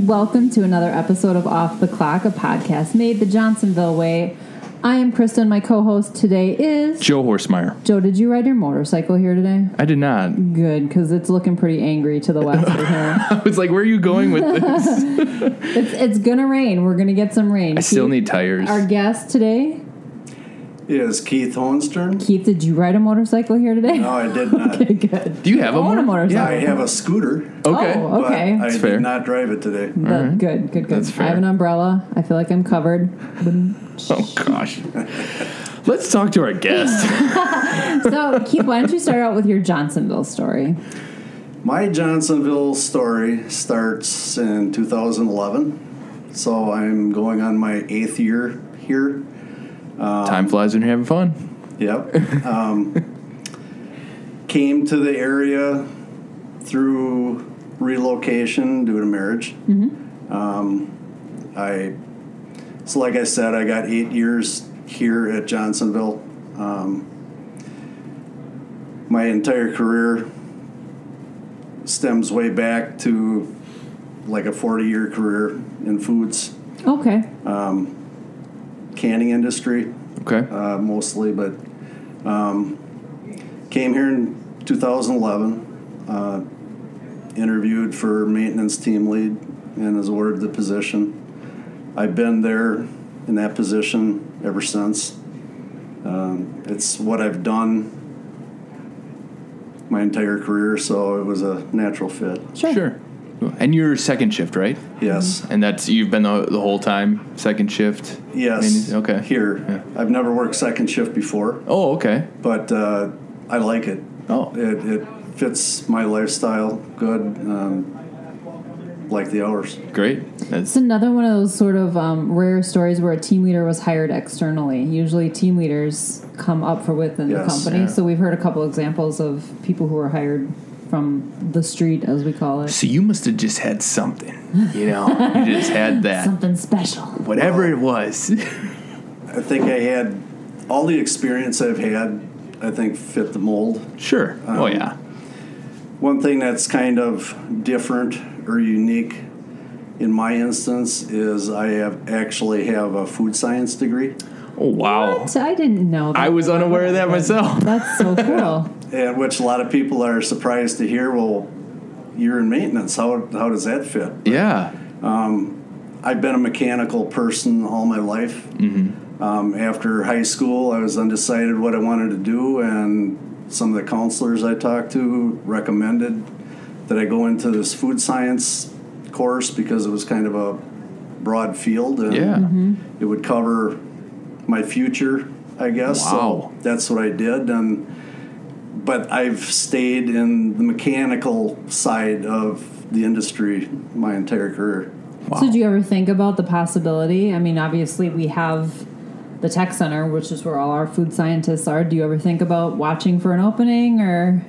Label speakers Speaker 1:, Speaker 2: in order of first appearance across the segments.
Speaker 1: Welcome to another episode of Off the Clock, a podcast made the Johnsonville way. I am Krista, and my co-host today is
Speaker 2: Joe Horsemeyer.
Speaker 1: Joe. Did you ride your motorcycle here today?
Speaker 2: I did not.
Speaker 1: Good, because it's looking pretty angry to the west of here.
Speaker 2: I was like, where are you going with this?
Speaker 1: It's it's gonna rain. We're gonna get some rain.
Speaker 2: I still need tires.
Speaker 1: our guest today.
Speaker 3: Is Keith Hornstern?
Speaker 1: Keith, did you ride a motorcycle here today?
Speaker 3: No, I did not.
Speaker 1: Okay, good.
Speaker 2: Do you have a
Speaker 1: own a
Speaker 2: motor-
Speaker 1: motorcycle?
Speaker 3: I have a scooter,
Speaker 2: Okay.
Speaker 1: Oh,
Speaker 3: but
Speaker 1: okay.
Speaker 3: I
Speaker 2: fair.
Speaker 3: did not drive it today.
Speaker 1: But Good, good, good.
Speaker 2: That's
Speaker 1: I have
Speaker 2: fair.
Speaker 1: an umbrella. I feel like I'm covered.
Speaker 2: Oh, gosh. Let's talk to our guest.
Speaker 1: So, Keith, why don't you start out with your Johnsonville story?
Speaker 3: My Johnsonville story starts in 2011, so I'm going on my eighth year here. Um,
Speaker 2: Time flies when you're having fun.
Speaker 3: Yep. um, came to the area through relocation due to marriage. Um, I so like I said, I got eight years here at Johnsonville. Um, my entire career stems way back to like a 40 year career in foods,
Speaker 1: Okay.
Speaker 3: canning industry.
Speaker 2: Okay.
Speaker 3: uh, mostly, but um, came here in 2011, uh, interviewed for maintenance team lead, and was awarded the position. I've been there in that position ever since. Um, it's what I've done my entire career, so it was a natural fit.
Speaker 1: Sure.
Speaker 2: And you're second shift, right?
Speaker 3: Yes,
Speaker 2: And that's, you've been the, the whole time, second shift?
Speaker 3: yes.
Speaker 2: Maintenance- Okay.
Speaker 3: Here, I've never worked second shift before,
Speaker 2: Oh, okay.
Speaker 3: but uh, I like it.
Speaker 2: Oh.
Speaker 3: It, it fits my lifestyle good, um, like the hours.
Speaker 2: Great. That's
Speaker 1: It's another one of those sort of um, rare stories where a team leader was hired externally. Usually, team leaders come up for within the
Speaker 3: Yes.
Speaker 1: company.
Speaker 2: Yeah.
Speaker 1: So we've heard a couple examples of people who were hired from the street, as we call it.
Speaker 2: so you must have just had something, you know? you just had that.
Speaker 1: Something special.
Speaker 2: Whatever it was.
Speaker 3: I think I had all the experience I've had, I think, fit the mold.
Speaker 2: sure. oh, yeah.
Speaker 3: One thing that's kind of different or unique in my instance is I have actually have a food science degree.
Speaker 2: Oh, wow.
Speaker 1: So I didn't know. That.
Speaker 2: I was unaware of that myself.
Speaker 1: That's so cool.
Speaker 3: And which a lot of people are surprised to hear, well, you're in maintenance. How, how does that fit?
Speaker 2: Yeah.
Speaker 3: I've been a mechanical person all my life.
Speaker 2: Mm-hmm.
Speaker 3: Um, after high school, I was undecided what I wanted to do, and some of the counselors I talked to recommended that I go into this food science course because it was kind of a broad field and
Speaker 2: Yeah.
Speaker 3: it would cover my future, I guess. So
Speaker 2: Wow.
Speaker 3: that's what I did, and but I've stayed in the mechanical side of the industry my entire career.
Speaker 1: So, did you ever think about the possibility? I mean, obviously, we have the tech center, which is where all our food scientists are. Do you ever think about watching for an opening or?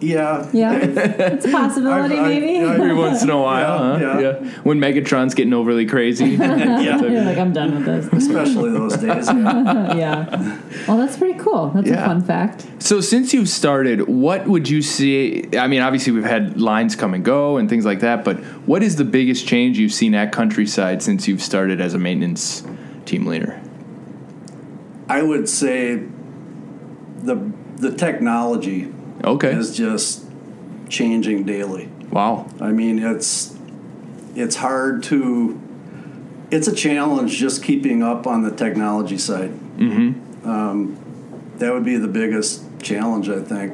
Speaker 3: Yeah.
Speaker 1: Yeah, it's a possibility,
Speaker 3: I've- I-
Speaker 1: maybe.
Speaker 3: I-
Speaker 2: Every once in a while,
Speaker 3: Yeah,
Speaker 2: huh?
Speaker 3: yeah.
Speaker 2: When Megatron's getting overly crazy.
Speaker 3: yeah.
Speaker 1: You're like, I'm done with this.
Speaker 3: Especially those days. yeah.
Speaker 1: yeah. Well, that's pretty cool. That's a
Speaker 2: Yeah.
Speaker 1: fun fact.
Speaker 2: so, since you've started, what would you see? I mean, obviously, we've had lines come and go and things like that, but what is the biggest change you've seen at Countryside since you've started as a maintenance team leader?
Speaker 3: I would say the the technology
Speaker 2: Okay.
Speaker 3: is just changing daily.
Speaker 2: wow.
Speaker 3: I mean, it's it's hard to it's a challenge just keeping up on the technology side. Mm-hmm. Um, that would be the biggest challenge, I think.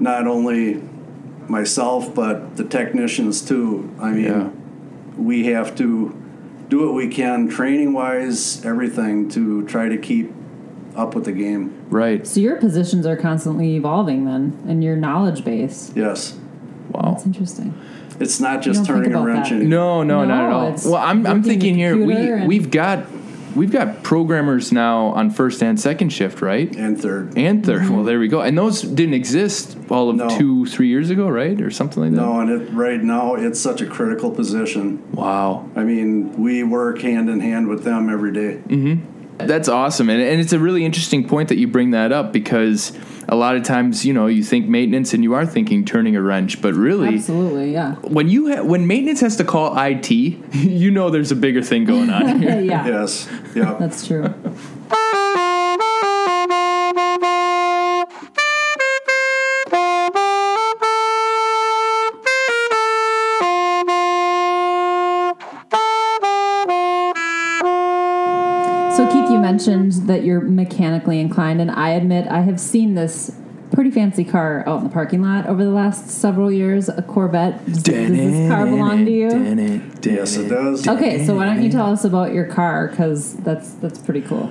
Speaker 3: Not only myself, but the technicians too. I mean,
Speaker 2: Yeah.
Speaker 3: we have to do what we can, training wise, everything, to try to keep up with the game.
Speaker 2: Right.
Speaker 1: So your positions are constantly evolving then, and your knowledge base.
Speaker 3: Yes,
Speaker 2: Wow.
Speaker 1: That's interesting.
Speaker 3: it's not just
Speaker 1: don't
Speaker 3: turning
Speaker 1: think
Speaker 3: a
Speaker 1: about
Speaker 3: wrench.
Speaker 1: that.
Speaker 3: Anymore.
Speaker 2: No, no, not at
Speaker 1: No,
Speaker 2: all.
Speaker 1: it's
Speaker 2: Well, I'm, I'm
Speaker 1: looking at the
Speaker 2: thinking here we
Speaker 1: computer and-
Speaker 2: we've got we've got programmers now on first and second shift, right?
Speaker 3: And third,
Speaker 2: And third. Well,
Speaker 1: Mm-hmm.
Speaker 2: there we go. And those didn't exist all of
Speaker 3: No.
Speaker 2: two, three years ago, right, or something like that.
Speaker 3: no, and it, right now it's such a critical position.
Speaker 2: Wow.
Speaker 3: I mean, we work hand in hand with them every day.
Speaker 1: Mm.
Speaker 2: That's awesome. And, and it's a really interesting point that you bring that up because a lot of times, you know, you think maintenance and you are thinking turning a wrench, but really,
Speaker 1: Absolutely, yeah.
Speaker 2: when you ha- when maintenance has to call IT, you know there's a bigger thing going on here.
Speaker 1: yeah.
Speaker 3: Yes, yeah.
Speaker 1: That's true. So, Keith, you mentioned that you're mechanically inclined, and I admit I have seen this pretty fancy car out in the parking lot over the last several years a Corvette. Does, does this car belong to you?
Speaker 3: Yes, it does.
Speaker 1: Okay, so why don't you tell us about your car? Because that's that's pretty cool.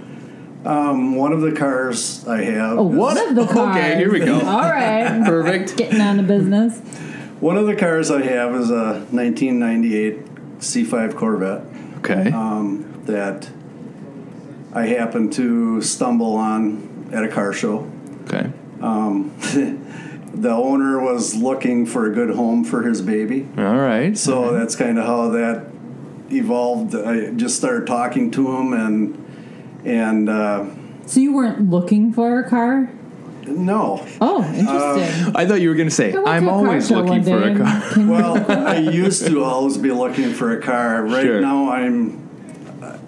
Speaker 3: Um, one of the cars I have.
Speaker 1: Oh,
Speaker 3: is-
Speaker 1: one of the cars.
Speaker 2: Okay, here we go.
Speaker 1: All right,
Speaker 2: Perfect.
Speaker 1: getting down to business.
Speaker 3: One of the cars I have is a 1998 C5 Corvette
Speaker 2: Okay.
Speaker 3: um, that I happened to stumble on at a car show.
Speaker 2: okay.
Speaker 3: The owner was looking for a good home for his baby,
Speaker 2: All right.
Speaker 3: so that's kind of how that evolved. I just started talking to him, and and uh,
Speaker 1: So you weren't looking for a car?
Speaker 3: no,
Speaker 1: Oh, interesting.
Speaker 2: I thought you were going to say,
Speaker 1: I went to
Speaker 2: I'm
Speaker 1: a car
Speaker 2: always
Speaker 1: show one
Speaker 2: looking for
Speaker 1: day
Speaker 2: a
Speaker 1: and
Speaker 2: car.
Speaker 1: came-
Speaker 3: Well, I used to always be looking for a car. Right
Speaker 2: Sure.
Speaker 3: now, I'm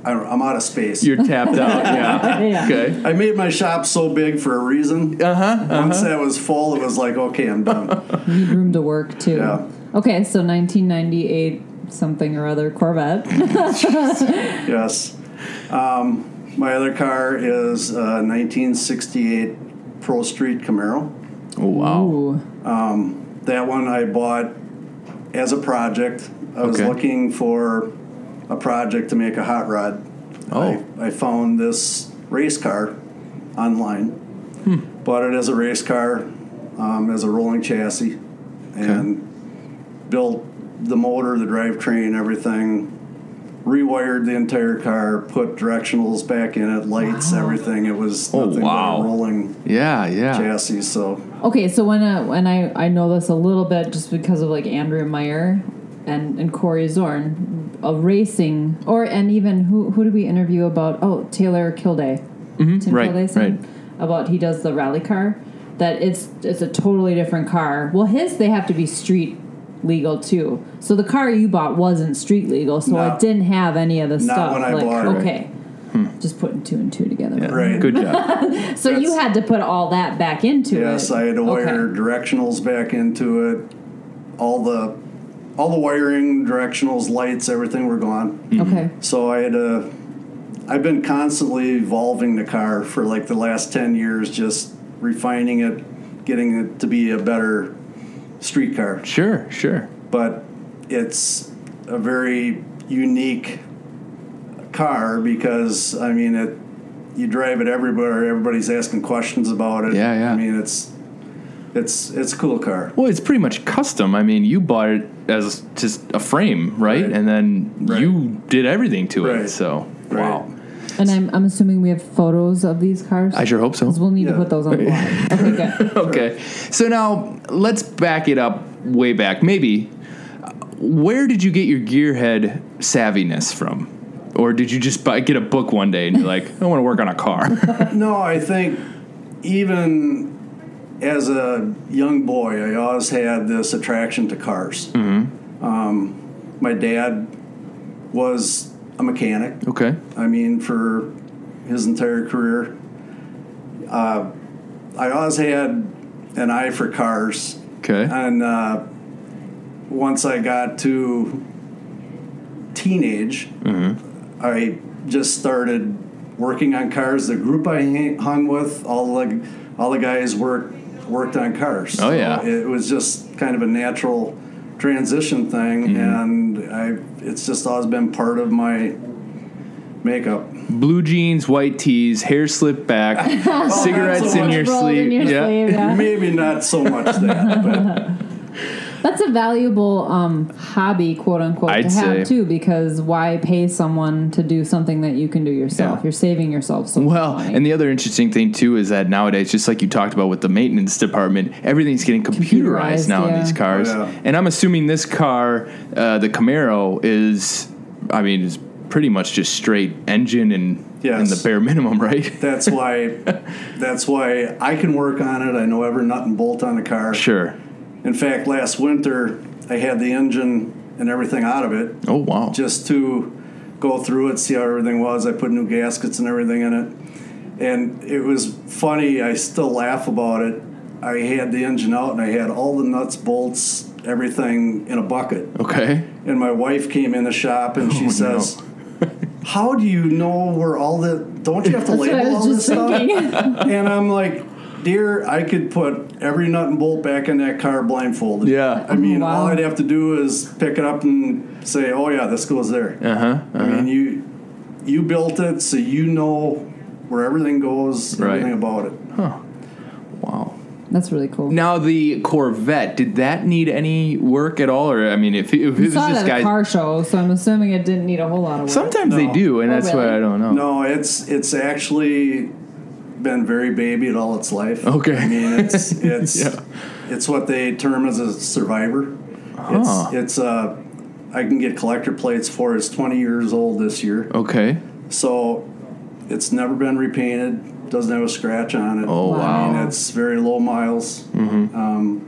Speaker 3: I'm I'm out of space.
Speaker 2: You're tapped out. Yeah.
Speaker 1: Yeah.
Speaker 2: Okay.
Speaker 3: I made my shop so big for a reason.
Speaker 2: Uh huh.
Speaker 3: Once that was full, it was like, okay, I'm done.
Speaker 1: Need room to work too.
Speaker 3: Yeah.
Speaker 1: Okay, so 1998 something or other Corvette.
Speaker 3: yes. Um, my other car is uh, a 1968 Pro Street Camaro.
Speaker 2: Oh, wow.
Speaker 1: Ooh.
Speaker 3: That one I bought as a project. I was
Speaker 2: Okay.
Speaker 3: looking for a project to make a hot rod.
Speaker 2: Oh.
Speaker 3: I, I found this race car online.
Speaker 2: Hmm.
Speaker 3: Bought it as a race car, um, as a rolling chassis, and built the motor, the drivetrain, everything. Rewired the entire car, put directionals back in it, lights, everything. It was
Speaker 2: Oh,
Speaker 3: nothing
Speaker 2: wow.
Speaker 3: but a rolling
Speaker 2: Yeah. Yeah.
Speaker 3: chassis. So
Speaker 1: Okay, so when uh, when I I know this a little bit just because of like Andrea Meyer and and Corey Zorn, a racing or and even who who did we interview about? Oh, Taylor Kilday. Tim
Speaker 2: Mm-hmm, right,
Speaker 1: Kildason,
Speaker 2: right.
Speaker 1: About he does the rally car. That it's it's a totally different car. Well, his they have to be street legal too. So the car you bought wasn't street legal, so
Speaker 3: No.
Speaker 1: it didn't have any of the stuff.
Speaker 3: when I
Speaker 1: like,
Speaker 3: bought it.
Speaker 1: okay.
Speaker 2: Hmm.
Speaker 1: Just putting two and two together.
Speaker 2: Yeah.
Speaker 3: Right.
Speaker 2: Good job.
Speaker 1: So you
Speaker 3: That's-
Speaker 1: had to put all that back into it.
Speaker 3: Yes, I had to wire
Speaker 1: Okay.
Speaker 3: directionals back into it. All the all the wiring, directionals, lights, everything were gone.
Speaker 1: Okay.
Speaker 3: So I had to I've been constantly evolving the car for like the last 10 years just refining it, getting it to be a better street car.
Speaker 2: sure. Sure.
Speaker 3: But it's a very unique car because I mean it you drive it everywhere, everybody's asking questions about it.
Speaker 2: Yeah, yeah.
Speaker 3: I mean it's it's it's a cool car.
Speaker 2: Well, it's pretty much custom. I mean, you bought it as just a frame, right?
Speaker 3: Right.
Speaker 2: And then
Speaker 3: Right.
Speaker 2: you did everything to it.
Speaker 3: Right.
Speaker 2: So,
Speaker 3: Right.
Speaker 2: wow.
Speaker 1: And I'm, I'm assuming we have photos of these cars.
Speaker 2: I sure hope so.
Speaker 1: 'Cause we'll need to
Speaker 3: Yeah.
Speaker 1: put those on the blog. Okay, good.
Speaker 2: Okay. So now let's back it up way back. Maybe uh, where did you get your gearhead savviness from? Or did you just buy, get a book one day and you're like, I want to work on a car?
Speaker 3: No, I think even as a young boy, I always had this attraction to cars. Um,
Speaker 2: Mm-hmm.
Speaker 3: my dad was a mechanic.
Speaker 2: okay.
Speaker 3: I mean, for his entire career. Uh, I always had an eye for cars,
Speaker 2: Okay.
Speaker 3: and uh, once I got to teenage,
Speaker 2: Mm-hmm.
Speaker 3: I just started working on cars. The group I hang- hung with, all the all the guys worked worked on cars.
Speaker 2: Oh, yeah.
Speaker 3: So it was just kind of a natural
Speaker 2: Mm-hmm.
Speaker 3: transition thing, and I it's just always been part of my Makeup.
Speaker 2: blue jeans, white tees, hair slipped back, cigarettes in
Speaker 3: much
Speaker 2: your
Speaker 1: Rolled
Speaker 2: sleeve.
Speaker 1: in your
Speaker 2: yeah.
Speaker 1: sleeve, yeah.
Speaker 3: Maybe not so much that, but
Speaker 1: That's a valuable um, hobby, quote unquote,
Speaker 2: I'd
Speaker 1: to
Speaker 2: say.
Speaker 1: have too, because why pay someone to do something that you can do yourself?
Speaker 2: Yeah.
Speaker 1: You're saving yourself some
Speaker 2: Well,
Speaker 1: money.
Speaker 2: and the other interesting thing too is that nowadays, just like you talked about with the maintenance department, everything's getting computerized,
Speaker 1: Computerized,
Speaker 2: now in
Speaker 1: yeah.
Speaker 2: these cars.
Speaker 3: Oh, yeah.
Speaker 2: And I'm assuming this car, uh, the Camaro, is, I mean, is pretty much just straight engine and
Speaker 3: Yes.
Speaker 2: and the bare minimum, right?
Speaker 3: that's why that's why I can work on it. I know every nut and bolt on the car.
Speaker 2: sure.
Speaker 3: In fact, last winter I had the engine and everything out of it
Speaker 2: Oh wow.
Speaker 3: just to go through it, see how everything was. I put new gaskets and everything in it. And it was funny, I still laugh about it. I had the engine out and I had all the nuts, bolts, everything in a bucket.
Speaker 2: okay.
Speaker 3: And my wife came in the shop and she
Speaker 2: no.
Speaker 3: says, How do you know where all the don't you have to
Speaker 1: That's what I
Speaker 3: label
Speaker 1: was
Speaker 3: all this
Speaker 1: just thinking.
Speaker 3: stuff? and I'm like, Dear, I could put every nut and bolt back in that car blindfolded.
Speaker 2: Yeah.
Speaker 3: I mean,
Speaker 1: wow.
Speaker 3: all I'd have to do is pick it up and say, "Oh yeah, this goes there." Uh-huh, I mean, you you built it, so you know where everything goes,
Speaker 2: Right.
Speaker 3: everything about it.
Speaker 2: Wow.
Speaker 1: That's really cool.
Speaker 2: Now the Corvette, did that need any work at all, or I mean, if, if it
Speaker 1: I
Speaker 2: was
Speaker 1: saw it
Speaker 2: this
Speaker 1: at a
Speaker 2: guy,
Speaker 1: car show, so I'm assuming it didn't need a whole lot of work.
Speaker 2: sometimes they
Speaker 3: No.
Speaker 2: do, and
Speaker 1: Oh,
Speaker 2: that's why
Speaker 1: really?
Speaker 2: I don't know.
Speaker 3: No, it's it's actually been very babied all its life.
Speaker 2: Okay.
Speaker 3: I mean, it's it's
Speaker 2: Yeah.
Speaker 3: it's what they term as a survivor.
Speaker 2: Huh.
Speaker 3: It's it's uh, I can get collector plates for. it. It's twenty years old this year,
Speaker 2: Okay.
Speaker 3: so it's never been repainted. Doesn't have a scratch on it.
Speaker 2: Oh
Speaker 1: Wow.
Speaker 2: wow. Mm-hmm.
Speaker 3: I mean, it's very low miles. Um,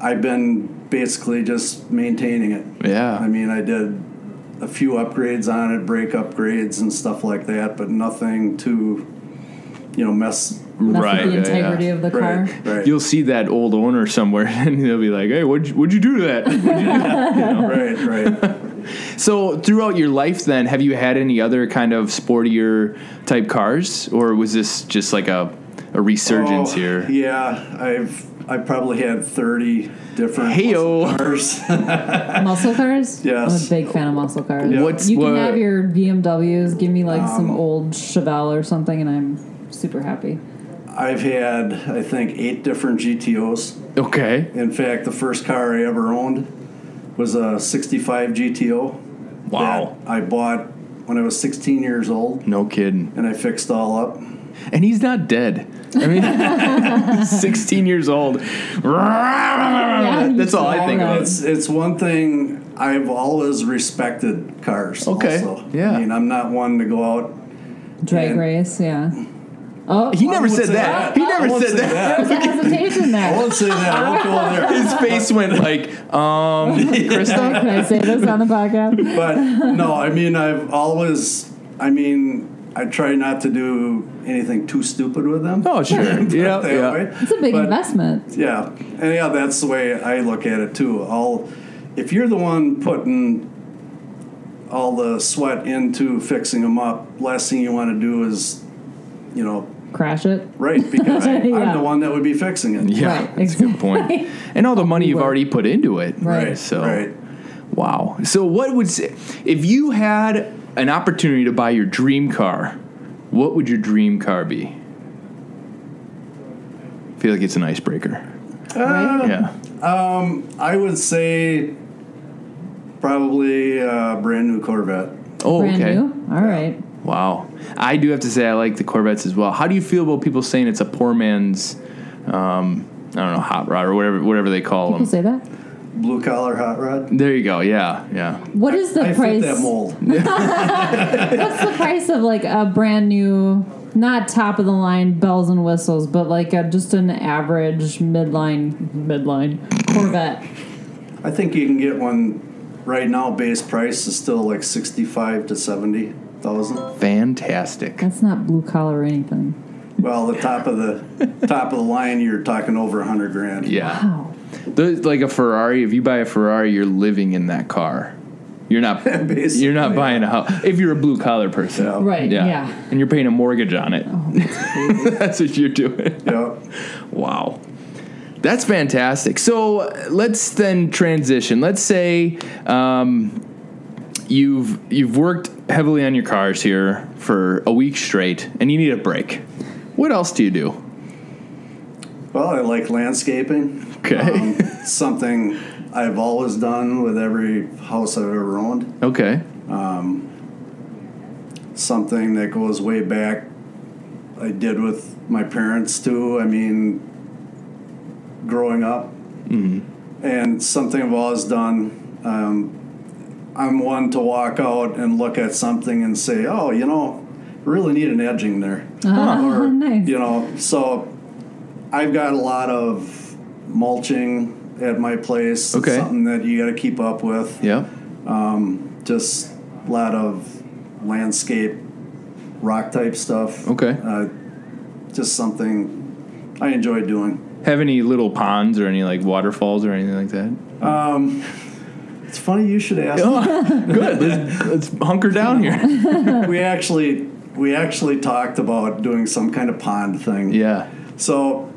Speaker 3: I've been basically just maintaining it.
Speaker 2: Yeah.
Speaker 3: I mean, I did a few upgrades on it, brake upgrades and stuff like that, but nothing to, you know, mess.
Speaker 1: That's
Speaker 2: Right,
Speaker 1: the
Speaker 2: yeah,
Speaker 1: integrity
Speaker 2: yeah.
Speaker 1: of the car.
Speaker 3: Right, right,
Speaker 2: You'll see that old owner somewhere, and they'll be like, "Hey, what'd you, what'd you do to that?" What'd you
Speaker 3: right, right.
Speaker 2: do?" so, throughout your life, then, have you had any other kind of sportier type cars, or was this just like a, a resurgence
Speaker 3: Oh,
Speaker 2: here?
Speaker 3: Yeah, I've I probably had thirty different
Speaker 2: Hey-o.
Speaker 3: cars.
Speaker 1: Muscle cars?
Speaker 3: Yes.
Speaker 1: I'm a big fan of muscle cars.
Speaker 3: Yeah. Um,
Speaker 2: What's
Speaker 1: You
Speaker 2: what?
Speaker 1: can have your VMWs. Give me like some old Chevelle or something, and I'm super happy.
Speaker 3: I've had I think eight different GTOs.
Speaker 2: okay,
Speaker 3: In fact, the first car I ever owned was a '65 GTO.
Speaker 2: wow,
Speaker 3: that I bought when I was 16 years old,
Speaker 2: no kidding.
Speaker 3: and I fixed all up.
Speaker 2: And he's not dead. I mean, sixteen years old. That's all I think
Speaker 1: Yeah.
Speaker 2: about.
Speaker 3: It's it's one thing I've always respected cars.
Speaker 2: Okay,
Speaker 3: also.
Speaker 2: yeah.
Speaker 3: I mean, I'm not one to go out.
Speaker 1: Drag
Speaker 3: And-
Speaker 1: race, yeah. Oh,
Speaker 2: He never said
Speaker 3: say
Speaker 2: that.
Speaker 3: that.
Speaker 2: He
Speaker 3: I
Speaker 2: never
Speaker 3: won't
Speaker 2: said
Speaker 3: say
Speaker 2: that.
Speaker 1: there's a hesitation
Speaker 3: I
Speaker 1: there.
Speaker 3: won't say that. I won't go there.
Speaker 2: His face went like, um, Krista.
Speaker 1: Can I say this on the podcast?
Speaker 3: But no, I mean, I've always. I mean, I try not to do anything too stupid with them.
Speaker 2: Oh sure, yeah,
Speaker 3: That
Speaker 2: yeah.
Speaker 3: way.
Speaker 1: It's a big
Speaker 3: But-
Speaker 1: investment.
Speaker 3: Yeah, and yeah, that's the way I look at it too. All, if you're the one putting all the sweat into fixing them up, last thing you want to do is, you know,
Speaker 1: Crash it.
Speaker 3: right because
Speaker 1: Yeah.
Speaker 3: I'm the one that would be fixing it.
Speaker 2: Yeah,
Speaker 1: Right,
Speaker 2: that's a good point.
Speaker 1: exactly.
Speaker 2: And all the money you've
Speaker 1: Right.
Speaker 2: already put into it.
Speaker 1: Right.
Speaker 3: Right.
Speaker 2: So,
Speaker 3: right.
Speaker 2: wow. So, what would say, if you had an opportunity to buy your dream car? What would your dream car be? I feel like it's an icebreaker.
Speaker 3: Uh, oh,
Speaker 1: Right?
Speaker 2: Yeah.
Speaker 3: I would say probably a brand new Corvette.
Speaker 2: Oh,
Speaker 1: Brand
Speaker 2: okay.
Speaker 1: new. All right.
Speaker 2: Wow. I do have to say I like the Corvettes as well. How do you feel about people saying it's a poor man's, um, I don't know, hot rod or whatever whatever they call
Speaker 1: People
Speaker 2: them?
Speaker 1: say that.
Speaker 3: Blue collar hot rod.
Speaker 2: There you go. Yeah. Yeah.
Speaker 1: What is the
Speaker 3: I
Speaker 1: price?
Speaker 3: fit that mold.
Speaker 1: What's the price of like a brand new, not top of the line bells and whistles, but like a, just an average midline midline Corvette?
Speaker 3: I think you can get one right now. Base price is still like sixty-five to seventy thousand.
Speaker 2: Fantastic.
Speaker 1: That's not blue collar or anything.
Speaker 3: Well, the top of the top of the line, you're talking over a hundred grand.
Speaker 2: Yeah.
Speaker 1: Wow.
Speaker 2: Those, like a Ferrari, if you buy a Ferrari, you're living in that car. You're not.
Speaker 3: Basically,
Speaker 2: you're not
Speaker 3: yeah.
Speaker 2: buying a house if you're a blue collar person.
Speaker 3: Yeah.
Speaker 1: Right.
Speaker 2: Yeah.
Speaker 1: Yeah.
Speaker 2: And you're paying a mortgage on it. That's what you're doing.
Speaker 3: Yeah.
Speaker 2: Wow. That's fantastic. So uh, let's then transition. Let's say um, you've you've worked heavily on your cars here for a week straight, and you need a break. What else do you do?
Speaker 3: Well, I like landscaping.
Speaker 2: Okay.
Speaker 3: Um, something I've always done with every house I've ever owned.
Speaker 2: Okay.
Speaker 3: Something that goes way back. I did with my parents too. I mean, growing up,
Speaker 2: Mm-hmm.
Speaker 3: and something I've always done. Um, I'm one to walk out and look at something and say, "Oh, you know, really need an edging there."
Speaker 1: Ah,
Speaker 3: Or,
Speaker 1: nice.
Speaker 3: You know, so I've got a lot of mulching at my place. It's
Speaker 2: Okay.
Speaker 3: something that you got to keep up with.
Speaker 2: Yeah.
Speaker 3: Just a lot of landscape, rock type stuff.
Speaker 2: Okay.
Speaker 3: Uh, just something I enjoy doing.
Speaker 2: Have any little ponds or any like waterfalls or anything like that?
Speaker 3: It's funny you should ask.
Speaker 2: Oh, good. Let's, let's hunker down here.
Speaker 3: We actually we actually talked about doing some kind of pond thing.
Speaker 2: Yeah.
Speaker 3: So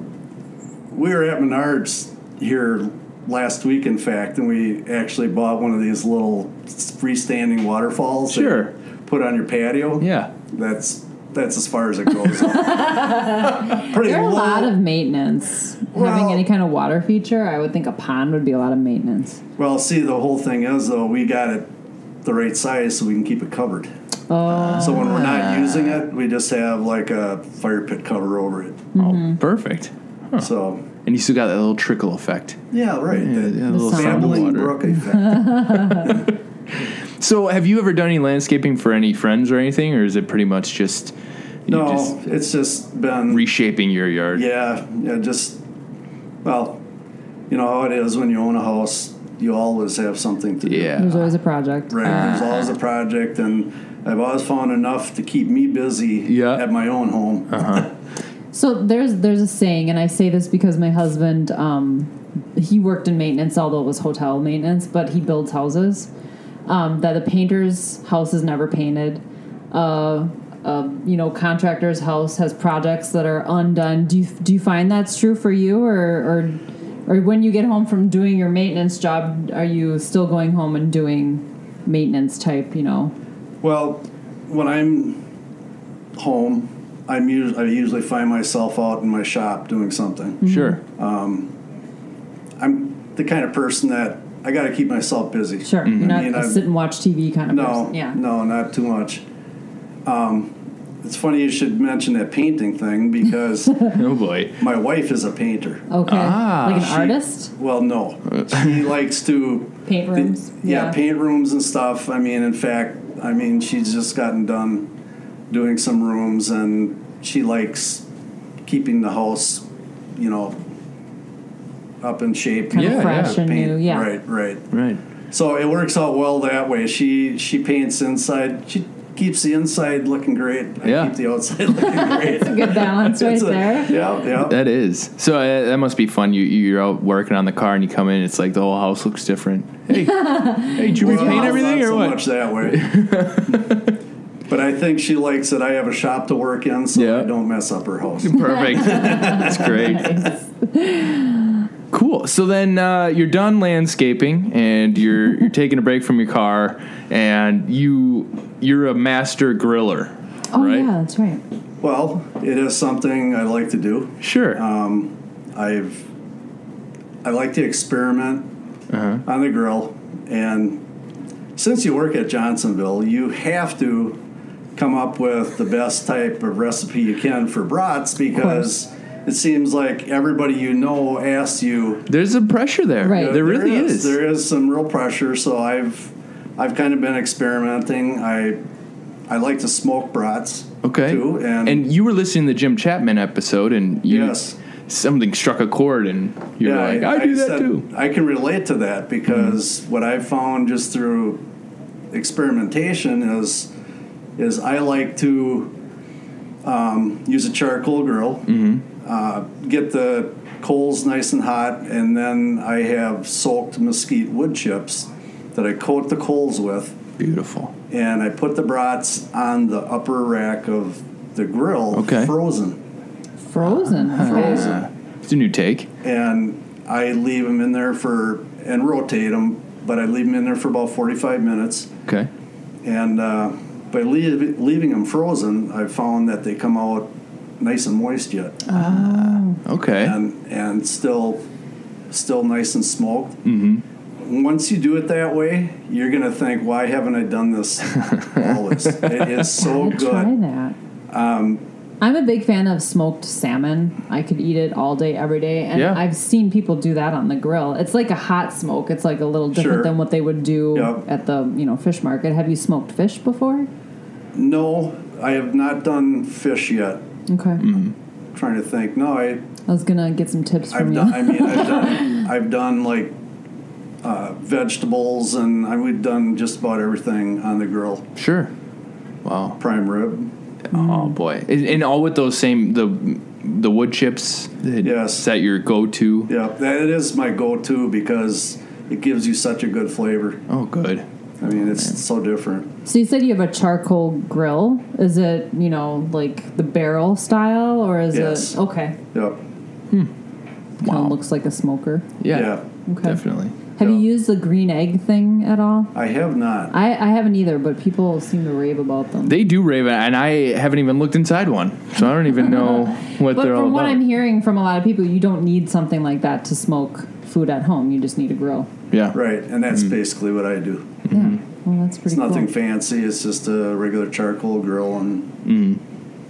Speaker 3: we were at Menards here last week, in fact, and we actually bought one of these little freestanding waterfalls. that
Speaker 2: Sure.
Speaker 3: you Put on your patio.
Speaker 2: Yeah. Oh,
Speaker 3: That's that's as far as it goes. Pretty
Speaker 1: There are a
Speaker 3: low-
Speaker 1: lot of maintenance.
Speaker 3: Well-
Speaker 1: Having any kind of water feature, I would think a pond would be a lot of maintenance.
Speaker 3: Well, see, the whole thing is though we got it the right size so we can keep it covered.
Speaker 1: Oh,
Speaker 3: So when we're not using it, we just have like a fire pit cover over it.
Speaker 2: Oh, perfect.
Speaker 3: So
Speaker 2: And you still got that little trickle effect.
Speaker 3: yeah, right.
Speaker 2: Yeah,
Speaker 3: the
Speaker 2: yeah, a little
Speaker 1: sound.
Speaker 2: sound of
Speaker 3: Babbling
Speaker 2: water.
Speaker 3: brook effect.
Speaker 2: So, have you ever done any landscaping for any friends or anything, or is it pretty much just you
Speaker 3: no,
Speaker 2: just
Speaker 3: it's just been
Speaker 2: reshaping your yard?
Speaker 3: Yeah, yeah, just well, you know how it is when you own a house, you always have something to do.
Speaker 2: Yeah. Uh-huh.
Speaker 1: there's always a project.
Speaker 3: Right. There's always a project and I've always found enough to keep me busy
Speaker 2: Yeah. Uh-huh.
Speaker 3: at my own home.
Speaker 1: So there's there's a saying, and I say this because my husband, um, he worked in maintenance, although it was hotel maintenance, but he builds houses. Um, that a painter's house is never painted. Uh, a you know contractor's house has projects that are undone. Do you do you find that's true for you, or or or when you get home from doing your maintenance job, are you still going home and doing maintenance type? You know,
Speaker 3: Well, when I'm home, I'm usually I usually find myself out in my shop doing something.
Speaker 2: Sure.
Speaker 3: I'm the kind of person that I got to keep myself busy.
Speaker 1: sure,
Speaker 2: Mm-hmm.
Speaker 1: you're not
Speaker 3: I mean,
Speaker 1: a
Speaker 3: I've-
Speaker 1: sit and watch TV kind of
Speaker 3: Mm-hmm. No,
Speaker 1: person. Yeah,
Speaker 3: no, not too much. Um, it's funny you should mention that painting thing because
Speaker 2: oh boy.
Speaker 3: My wife is a painter.
Speaker 1: Okay.
Speaker 2: Ah,
Speaker 1: like an
Speaker 2: she-
Speaker 1: artist?
Speaker 3: Well, no. She likes to
Speaker 1: Paint rooms?
Speaker 3: yeah, paint rooms and stuff. I mean, in fact, I mean, she's just gotten done doing some rooms and she likes keeping the house, you know, up in shape.
Speaker 1: Kind
Speaker 2: Yeah,
Speaker 1: of fresh
Speaker 2: yeah,
Speaker 1: and new. Yeah.
Speaker 3: Right, right.
Speaker 2: Right.
Speaker 3: So it works out well that way. She she paints inside. She keeps the inside looking great. I
Speaker 2: Yeah.
Speaker 3: keep the outside looking great.
Speaker 1: Good balance right
Speaker 3: It's a-
Speaker 1: there.
Speaker 3: Yeah, yeah.
Speaker 2: That is. So uh, that must be fun. You you're out working on the car and you come in. It's like the whole house looks different. Hey, hey, did you
Speaker 3: Well,
Speaker 2: repaint
Speaker 3: not
Speaker 2: everything or
Speaker 3: so
Speaker 2: what?
Speaker 3: Much that way. but I think she likes that I have a shop to work in, so
Speaker 2: Yeah.
Speaker 3: I don't mess up her house.
Speaker 2: Perfect. That's great. Cool. So then uh, you're done landscaping and you're you're taking a break from your car and you you're a master griller,
Speaker 1: Oh
Speaker 2: right?
Speaker 1: yeah, that's right.
Speaker 3: Well, it is something I like to do.
Speaker 2: Sure.
Speaker 3: I've I like to experiment
Speaker 2: Uh-huh.
Speaker 3: on the grill, and since you work at Johnsonville, you have to come up with the best type of recipe you can for brats because it seems like everybody you know asks you
Speaker 2: There's a pressure there.
Speaker 1: Right.
Speaker 2: There really is.
Speaker 3: There is some real pressure. So I've I've kind of been experimenting. I I like to smoke brats.
Speaker 2: Okay.
Speaker 3: Too, and,
Speaker 2: you were listening to the Jim Chapman episode, and you,
Speaker 3: Yes.
Speaker 2: something struck a chord, and you were like, I, do that
Speaker 3: said-
Speaker 2: too. Mm-hmm.
Speaker 3: I can relate to that because what I've found just through experimentation is is I like to um, use a charcoal grill,
Speaker 2: Mm-hmm.
Speaker 3: uh, get the coals nice and hot, and then I have soaked mesquite wood chips that I coat the coals with.
Speaker 2: Beautiful.
Speaker 3: and I put the brats on the upper rack of the grill,
Speaker 2: Okay.
Speaker 3: frozen,
Speaker 1: Frozen.
Speaker 3: frozen,
Speaker 2: It's a new take.
Speaker 3: and I leave them in there for and rotate them, but I leave them in there for about forty-five minutes,
Speaker 2: Okay.
Speaker 3: And uh, by leave, leaving them frozen, I've found that they come out nice and moist yet,
Speaker 2: Okay.
Speaker 3: and and still still nice and smoked. Mm-hmm. Once you do it that way, you're gonna think, "Why haven't I done this always?" it is so
Speaker 1: I'd try
Speaker 3: good.
Speaker 1: that.
Speaker 3: Um,
Speaker 1: I'm a big fan of smoked salmon. I could eat it all day, every day, and
Speaker 2: Yeah.
Speaker 1: I've seen people do that on the grill. It's like a hot smoke. It's like a little different
Speaker 3: Sure.
Speaker 1: than what they would do
Speaker 3: Yep.
Speaker 1: at the you know fish market. Have you smoked fish before?
Speaker 3: No, I have not done fish yet.
Speaker 1: Okay,
Speaker 3: trying to think. No, I
Speaker 1: I was gonna get some tips
Speaker 3: Mm. I've
Speaker 1: from you.
Speaker 3: done. I mean, I've done. I've done like uh, vegetables, and I, we've done just about everything on the grill.
Speaker 2: Sure. Wow.
Speaker 3: Prime rib.
Speaker 2: Oh boy. And, and all with those same the the wood chips. that-
Speaker 3: Yes.
Speaker 2: Is that your go-to?
Speaker 3: Yeah, that is my go-to because it gives you such a good flavor.
Speaker 2: Oh, good.
Speaker 3: I mean, it's so different.
Speaker 1: So you said you have a charcoal grill. Is it you know like the barrel style or is
Speaker 3: Yes.
Speaker 1: it okay?
Speaker 3: Yep.
Speaker 1: Kind
Speaker 2: Wow.
Speaker 1: of looks like a smoker.
Speaker 2: Yeah.
Speaker 3: Yeah.
Speaker 1: Okay.
Speaker 2: Definitely.
Speaker 1: Have you
Speaker 3: Yeah.
Speaker 1: used the green egg thing at all?
Speaker 3: I have not.
Speaker 1: I, I haven't either, but people seem to rave about them.
Speaker 2: They do rave, and I haven't even looked inside one, so I don't even know what
Speaker 1: But
Speaker 2: they're all
Speaker 1: from what
Speaker 2: about.
Speaker 1: I'm hearing from a lot of people, you don't need something like that to smoke food at home. You just need a grill.
Speaker 2: yeah.
Speaker 3: Right, and that's basically what I do.
Speaker 1: Yeah. Well, that's pretty
Speaker 3: It's nothing
Speaker 1: cool.
Speaker 3: fancy. It's just a regular charcoal grill, and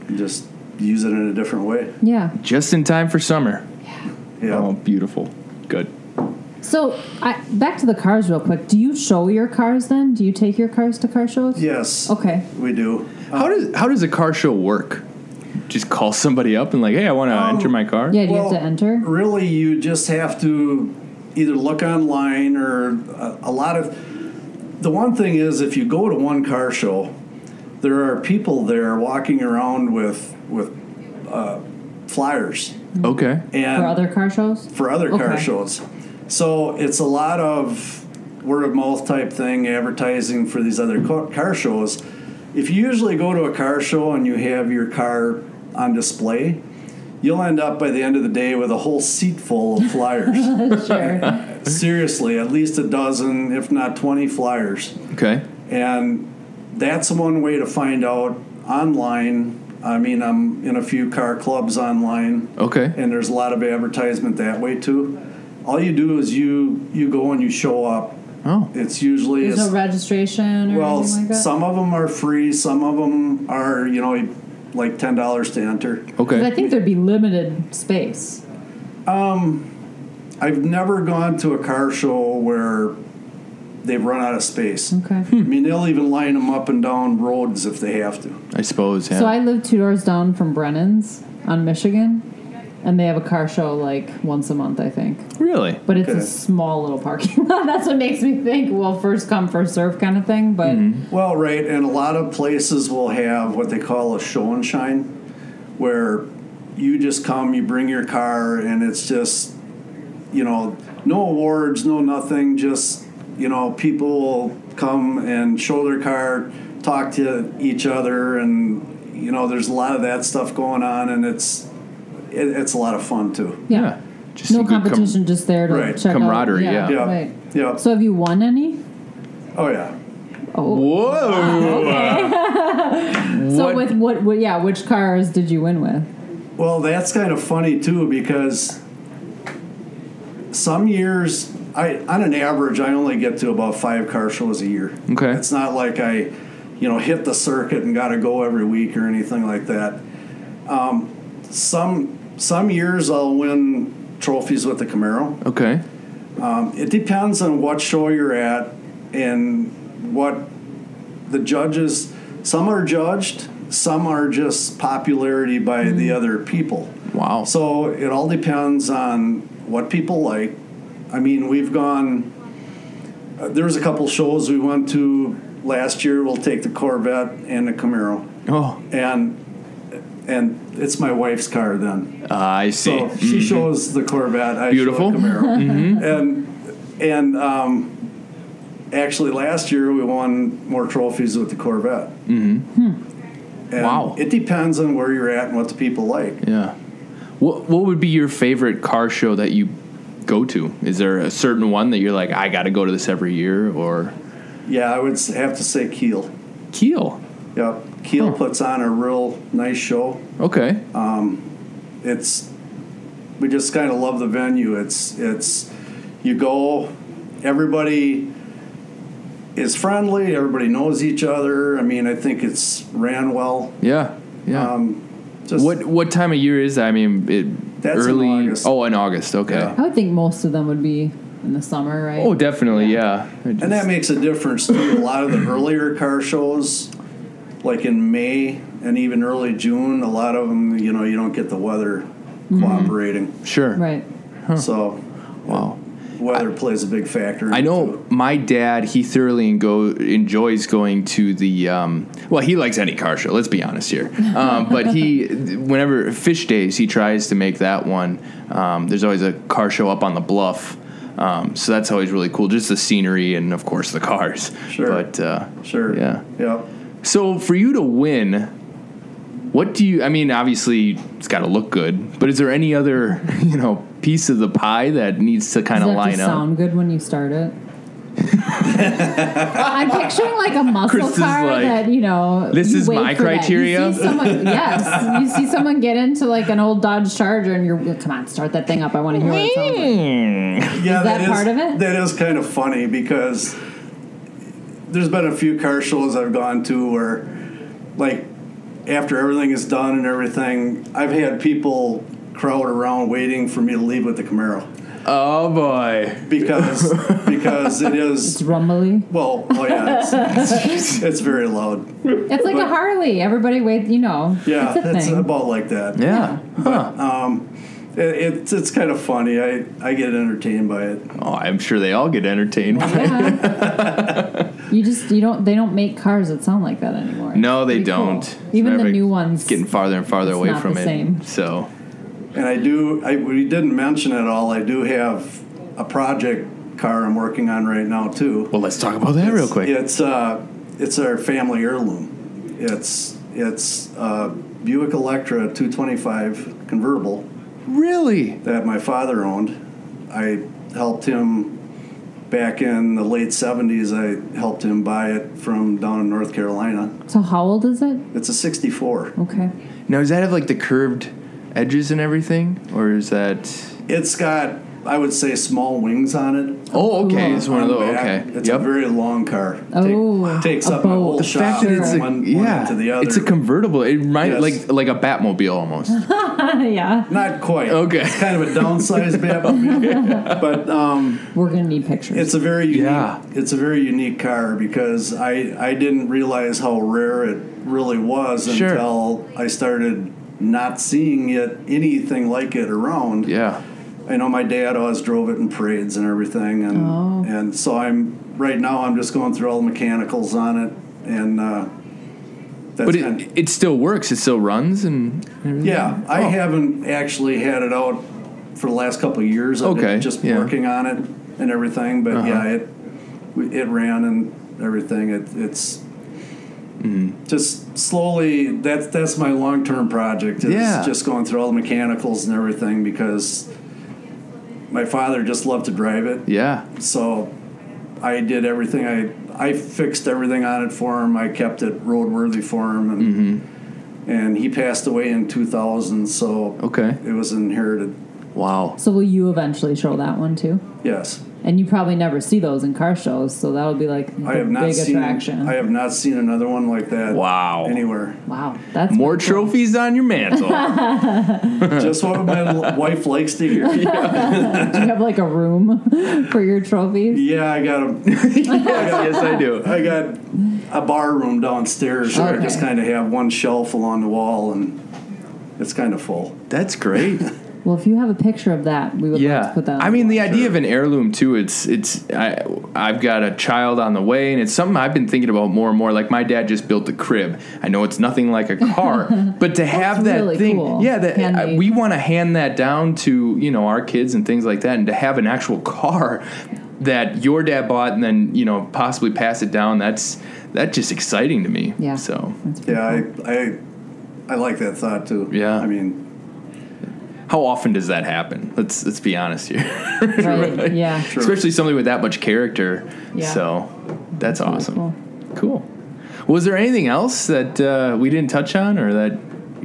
Speaker 3: you just use it in a different way.
Speaker 1: yeah.
Speaker 2: Just in time for summer.
Speaker 3: Yeah.
Speaker 2: Oh, beautiful. Good.
Speaker 1: So I, back to the cars real quick. Do you show your cars then? Do you take your cars to car shows?
Speaker 3: Yes.
Speaker 1: Okay.
Speaker 3: We do.
Speaker 2: How does how does a car show work? Just call somebody up and like, hey, I want to enter my car.
Speaker 1: Oh. Yeah. Do you have to enter?
Speaker 3: Really, you just have to either look online or uh, a, a lot of. The one thing is, if you go to one car show, there are people there walking around with with uh, flyers
Speaker 2: Okay.
Speaker 3: and
Speaker 1: For other car shows?
Speaker 3: for other car
Speaker 1: Okay.
Speaker 3: shows. So it's a lot of word of mouth type thing, advertising for these other co- car shows. If you usually go to a car show and you have your car on display, you'll end up by the end of the day with a whole seat full of flyers.
Speaker 1: sure.
Speaker 3: Seriously, at least a dozen, if not 20 flyers.
Speaker 2: Okay.
Speaker 3: And that's one way to find out online. I mean, I'm in a few car clubs online
Speaker 2: Okay.
Speaker 3: and there's a lot of advertisement that way too. All you do is you you go and you show up.
Speaker 2: oh.
Speaker 3: It's usually
Speaker 1: There's no
Speaker 3: it's,
Speaker 1: registration or
Speaker 3: well,
Speaker 1: anything like that?
Speaker 3: some of them are free, some of them are you know like ten dollars to enter.
Speaker 1: 'Cause
Speaker 2: Okay.
Speaker 1: I think there'd be limited space.
Speaker 3: I've never gone to a car show where they've run out of space.
Speaker 1: Okay.
Speaker 3: I mean, they'll even line them up and down roads if they have to.
Speaker 2: I suppose. Yeah.
Speaker 1: So I live two doors down from Brennan's on Michigan, and they have a car show like once a month, I think.
Speaker 2: really.
Speaker 1: But it's
Speaker 3: Okay.
Speaker 1: a small little parking lot. That's what makes me think, well, first come, first serve kind of thing. But
Speaker 2: Mm-hmm.
Speaker 3: Well, right, and a lot of places will have what they call a show and shine, where you just come, you bring your car, and it's just, you know, no awards, no nothing, just, you know, people will come and show their car, talk to each other, and, you know, there's a lot of that stuff going on, and it's, it, it's a lot of fun too.
Speaker 1: yeah,
Speaker 2: Just a
Speaker 1: no
Speaker 2: good com-
Speaker 1: competition, just there to
Speaker 3: Right,
Speaker 1: check
Speaker 2: camaraderie,
Speaker 1: out.
Speaker 2: yeah.
Speaker 3: Yeah.
Speaker 1: Oh, Right.
Speaker 3: Yeah.
Speaker 1: So have you won any?
Speaker 3: Oh, yeah.
Speaker 1: Oh,
Speaker 2: Whoa.
Speaker 1: so
Speaker 2: what-
Speaker 1: with what, what? Yeah, which cars did you win with?
Speaker 3: Well, that's kind of funny too because some years, I on an average, I only get to about five car shows a year.
Speaker 2: Okay.
Speaker 3: it's not like I, you know, hit the circuit and got to go every week or anything like that. Um, some some years I'll win trophies with the Camaro.
Speaker 2: Okay.
Speaker 3: It depends on what show you're at and what the judges. Some are judged. Some are just popularity by the other people.
Speaker 2: Wow.
Speaker 3: So it all depends on what people like. I mean, we've gone. Uh, there was a couple shows we went to last year. We'll take the Corvette and the Camaro,
Speaker 2: oh,
Speaker 3: and and it's my wife's car then.
Speaker 2: Ah, I see. Mm.
Speaker 3: So she shows the Corvette. I
Speaker 2: Mm-hmm. Beautiful. Mm-hmm.
Speaker 3: Show the Camaro. And and um, actually, last year we won more trophies with the Corvette. Mm-hmm. And
Speaker 2: Wow.
Speaker 3: It depends on where you're at and what the people like.
Speaker 2: yeah. What What would be your favorite car show that you go to? Is there a certain one that you're like, I got to go to this every year, or
Speaker 3: Yeah, I would s- have to say Keel.
Speaker 2: Keel.
Speaker 3: Yep. Keel puts on a real nice show.
Speaker 2: Okay.
Speaker 3: Uh, It's we just kind of love the venue. It's it's you go, everybody is friendly. Everybody knows each other. I mean, I think it's ran well.
Speaker 2: yeah. Yeah.
Speaker 3: um, Just
Speaker 2: what what time of year is that? I mean, it
Speaker 3: That's in
Speaker 2: early.
Speaker 3: August.
Speaker 2: Oh, in August. Okay.
Speaker 3: Yeah.
Speaker 1: I would think most of them would be in the summer, right?
Speaker 2: Oh, definitely. Yeah. I just-
Speaker 3: And that makes a difference too. A lot of the earlier car shows, like in May and even early June, a lot of them, you know, you don't get the weather
Speaker 2: Mm-hmm.
Speaker 3: cooperating.
Speaker 2: sure.
Speaker 1: right.
Speaker 3: So,
Speaker 2: Wow.
Speaker 3: weather plays a big factor.
Speaker 2: I
Speaker 3: into
Speaker 2: know
Speaker 3: it.
Speaker 2: my dad. He thoroughly go, enjoys going to the. Um, well, he likes any car show. Let's be honest here. Um, but he, whenever fish days, he tries to make that one. Um, there's always a car show up on the bluff, um, so that's always really cool. Just the scenery and of course the cars.
Speaker 3: Sure.
Speaker 2: But uh,
Speaker 3: Sure.
Speaker 2: Yeah.
Speaker 3: Yep.
Speaker 2: So for you to win, what do you? I mean, obviously it's got to look good. But is there any other you know piece of the pie that needs to kind
Speaker 1: Does
Speaker 2: of
Speaker 1: that
Speaker 2: line
Speaker 1: just
Speaker 2: up?
Speaker 1: sound good when you start it? I'm picturing like a muscle
Speaker 2: Chris is
Speaker 1: car
Speaker 2: like,
Speaker 1: that you know.
Speaker 2: "This
Speaker 1: you
Speaker 2: is
Speaker 1: wait
Speaker 2: my
Speaker 1: for that."
Speaker 2: criteria?
Speaker 1: You see someone, yes, you see someone get into like an old Dodge Charger, and you're come on, start that thing up. I want to hear what it sounds like.
Speaker 2: Mm.
Speaker 3: Yeah,
Speaker 1: that part of it?
Speaker 3: That is kind of funny because there's been a few car shows I've gone to where, like, after everything is done and everything, I've had people crowd around waiting for me to leave with the Camaro
Speaker 2: Oh boy.
Speaker 3: because because it is
Speaker 1: It's rumbly.
Speaker 3: well oh yeah it's, it's very loud
Speaker 1: It's like a Harley. Everybody wait, you know.
Speaker 3: yeah
Speaker 1: it's a
Speaker 3: it's
Speaker 1: thing.
Speaker 3: about like that
Speaker 2: Yeah. Huh.
Speaker 3: it, it's it's kind of funny I I get entertained by it
Speaker 2: Oh, I'm sure they all get entertained.
Speaker 1: Yeah. you just you don't they don't make cars that sound like that anymore.
Speaker 2: No, they
Speaker 1: Pretty cool.
Speaker 2: don't.
Speaker 1: Even the
Speaker 2: Maverick
Speaker 1: new ones.
Speaker 2: Getting farther and farther
Speaker 1: It's
Speaker 2: away
Speaker 1: not
Speaker 2: from
Speaker 1: the
Speaker 2: it.
Speaker 1: same.
Speaker 2: So
Speaker 3: And I do, I, we didn't mention it all. I do have a project car I'm working on right now too.
Speaker 2: well, let's talk about that real quick.
Speaker 3: It's uh, it's our family heirloom. It's it's a Buick Electra 225 convertible
Speaker 2: Really?
Speaker 3: that my father owned. I helped him back in the late 70s. I helped him buy it from down in North Carolina.
Speaker 1: So how old is it?
Speaker 3: It's a 64.
Speaker 1: Okay.
Speaker 2: Now, does that have like the curved edges and everything, or is that?
Speaker 3: It's got I would say small wings on it.
Speaker 2: Oh, okay. It's one
Speaker 3: on
Speaker 2: of
Speaker 3: the
Speaker 2: those.
Speaker 3: back.
Speaker 2: Okay.
Speaker 3: Um, It's a very long car.
Speaker 1: Oh,
Speaker 3: takes
Speaker 1: a
Speaker 3: up my
Speaker 1: boat.
Speaker 3: whole
Speaker 1: The
Speaker 3: shop.
Speaker 2: fact that it's a,
Speaker 3: from one,
Speaker 2: yeah,
Speaker 3: one to the other.
Speaker 2: it's a convertible. It reminds
Speaker 3: Yes.
Speaker 2: like like a Batmobile almost.
Speaker 1: yeah.
Speaker 3: not quite.
Speaker 2: Okay.
Speaker 3: it's kind of a downsized Batmobile, but um,
Speaker 1: We're gonna need pictures.
Speaker 3: it's a very unique.
Speaker 2: Yeah.
Speaker 3: It's a very unique car because I I didn't realize how rare it really was
Speaker 2: Sure.
Speaker 3: until I started not seeing it anything like it around.
Speaker 2: yeah.
Speaker 3: I know my dad always drove it in parades and everything, and
Speaker 1: Oh.
Speaker 3: and so I'm right now I'm just going through all the mechanicals on it, and uh, that's
Speaker 2: But
Speaker 3: kind of-
Speaker 2: it, it still works. It still runs and everything.
Speaker 3: yeah. I
Speaker 2: Oh.
Speaker 3: haven't actually had it out for the last couple of years. I've
Speaker 2: Okay,
Speaker 3: been just
Speaker 2: yeah. Uh-huh.
Speaker 3: working on it and everything, but yeah, it it ran and everything. It, it's
Speaker 2: Mm-hmm.
Speaker 3: just slowly. That's that's my long term project. Is
Speaker 2: Yeah.
Speaker 3: just going through all the mechanicals and everything because my father just loved to drive it.
Speaker 2: Yeah.
Speaker 3: So I did everything. I I fixed everything on it for him. I kept it roadworthy for him, and and he passed away in 2000. So
Speaker 2: Mm-hmm. Okay.
Speaker 3: it was inherited.
Speaker 2: Wow.
Speaker 1: so will you eventually show that one too?
Speaker 3: Yes,
Speaker 1: And you probably never see those in car shows, so that'll be like the
Speaker 3: I have not
Speaker 1: big
Speaker 3: seen.
Speaker 1: attraction.
Speaker 3: I have not seen another one like that.
Speaker 2: Wow.
Speaker 3: Anywhere.
Speaker 1: wow, that's
Speaker 2: More
Speaker 1: pretty cool.
Speaker 2: trophies on your mantle.
Speaker 3: Just what my l- wife likes to hear.
Speaker 1: Do you have like a room for your trophies?
Speaker 3: Yeah, I got a,
Speaker 2: yes, I do.
Speaker 3: I got a bar room downstairs. Sure. I
Speaker 1: Sure.
Speaker 3: just kind of have one shelf along the wall, and it's kind of full.
Speaker 2: That's great.
Speaker 1: Well, if you have a picture of that, we would love
Speaker 2: yeah.
Speaker 1: to put that.
Speaker 2: I
Speaker 1: on
Speaker 2: mean,
Speaker 1: the
Speaker 2: the idea of an heirloom too. It's it's I I've got a child on the way, and it's something I've been thinking about more and more. Like my dad just built a crib. I know it's nothing like a car, but to have that
Speaker 1: really
Speaker 2: thing,
Speaker 1: cool.
Speaker 2: yeah, that
Speaker 1: Handmade.
Speaker 2: I, we want to hand that down to you know our kids and things like that, and to have an actual car that your dad bought and then you know possibly pass it down. That's that's just exciting to me.
Speaker 1: Yeah.
Speaker 2: So
Speaker 3: Yeah, I, I I like that thought too.
Speaker 2: Yeah.
Speaker 3: I mean,
Speaker 2: how often does that happen? Let's let's be honest here.
Speaker 1: right.
Speaker 2: Right.
Speaker 1: Yeah.
Speaker 3: True.
Speaker 2: especially somebody with that much character.
Speaker 1: Yeah.
Speaker 2: So that's,
Speaker 1: really
Speaker 2: awesome. Cool. Was there anything else that uh, we didn't touch on or that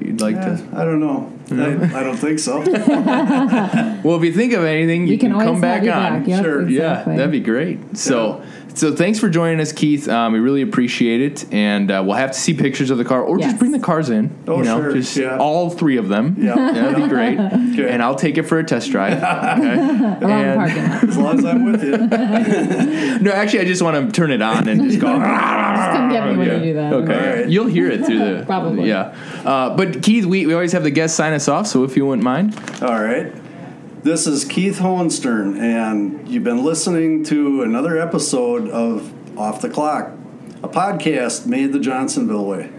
Speaker 2: you'd like
Speaker 3: Yeah, I don't know. I, I don't think so.
Speaker 2: to? Well, if you think of anything, you,
Speaker 1: We can,
Speaker 2: can,
Speaker 1: always
Speaker 2: come back
Speaker 1: have you
Speaker 2: on.
Speaker 1: back. Yep,
Speaker 3: Sure,
Speaker 1: Exactly.
Speaker 2: Yeah, that'd be great. So, so thanks for joining us, Keith. Um, we really appreciate it, and uh, we'll have to see pictures of the car, or
Speaker 1: Yes.
Speaker 2: just bring the cars in.
Speaker 3: Oh,
Speaker 2: you know,
Speaker 3: sure,
Speaker 2: just
Speaker 3: yeah.
Speaker 2: all three of them.
Speaker 3: Yeah.
Speaker 2: that'd be great.
Speaker 3: Okay.
Speaker 2: And I'll take it for a test drive. Okay?
Speaker 1: around the
Speaker 2: And-
Speaker 1: parking lot.
Speaker 3: As long as I'm with you.
Speaker 2: no, actually, I just want to turn it on and just go.
Speaker 1: Just come get me when
Speaker 2: Oh, Yeah.
Speaker 1: you do that.
Speaker 2: Okay.
Speaker 3: All right.
Speaker 2: You'll hear it through the.
Speaker 1: Probably.
Speaker 2: Yeah. Uh, but Keith, we, we always have the guests sign us off, so if you wouldn't mind.
Speaker 3: All right. This is Keith Hohenstern, and you've been listening to another episode of Off the Clock, a podcast made the Johnsonville way.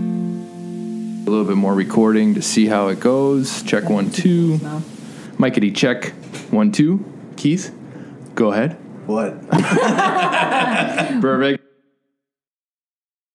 Speaker 2: A little bit more recording to see how it goes. Check one, two.
Speaker 1: No.
Speaker 2: Mikey, check one, two. Keith, go ahead.
Speaker 3: What?
Speaker 2: Perfect.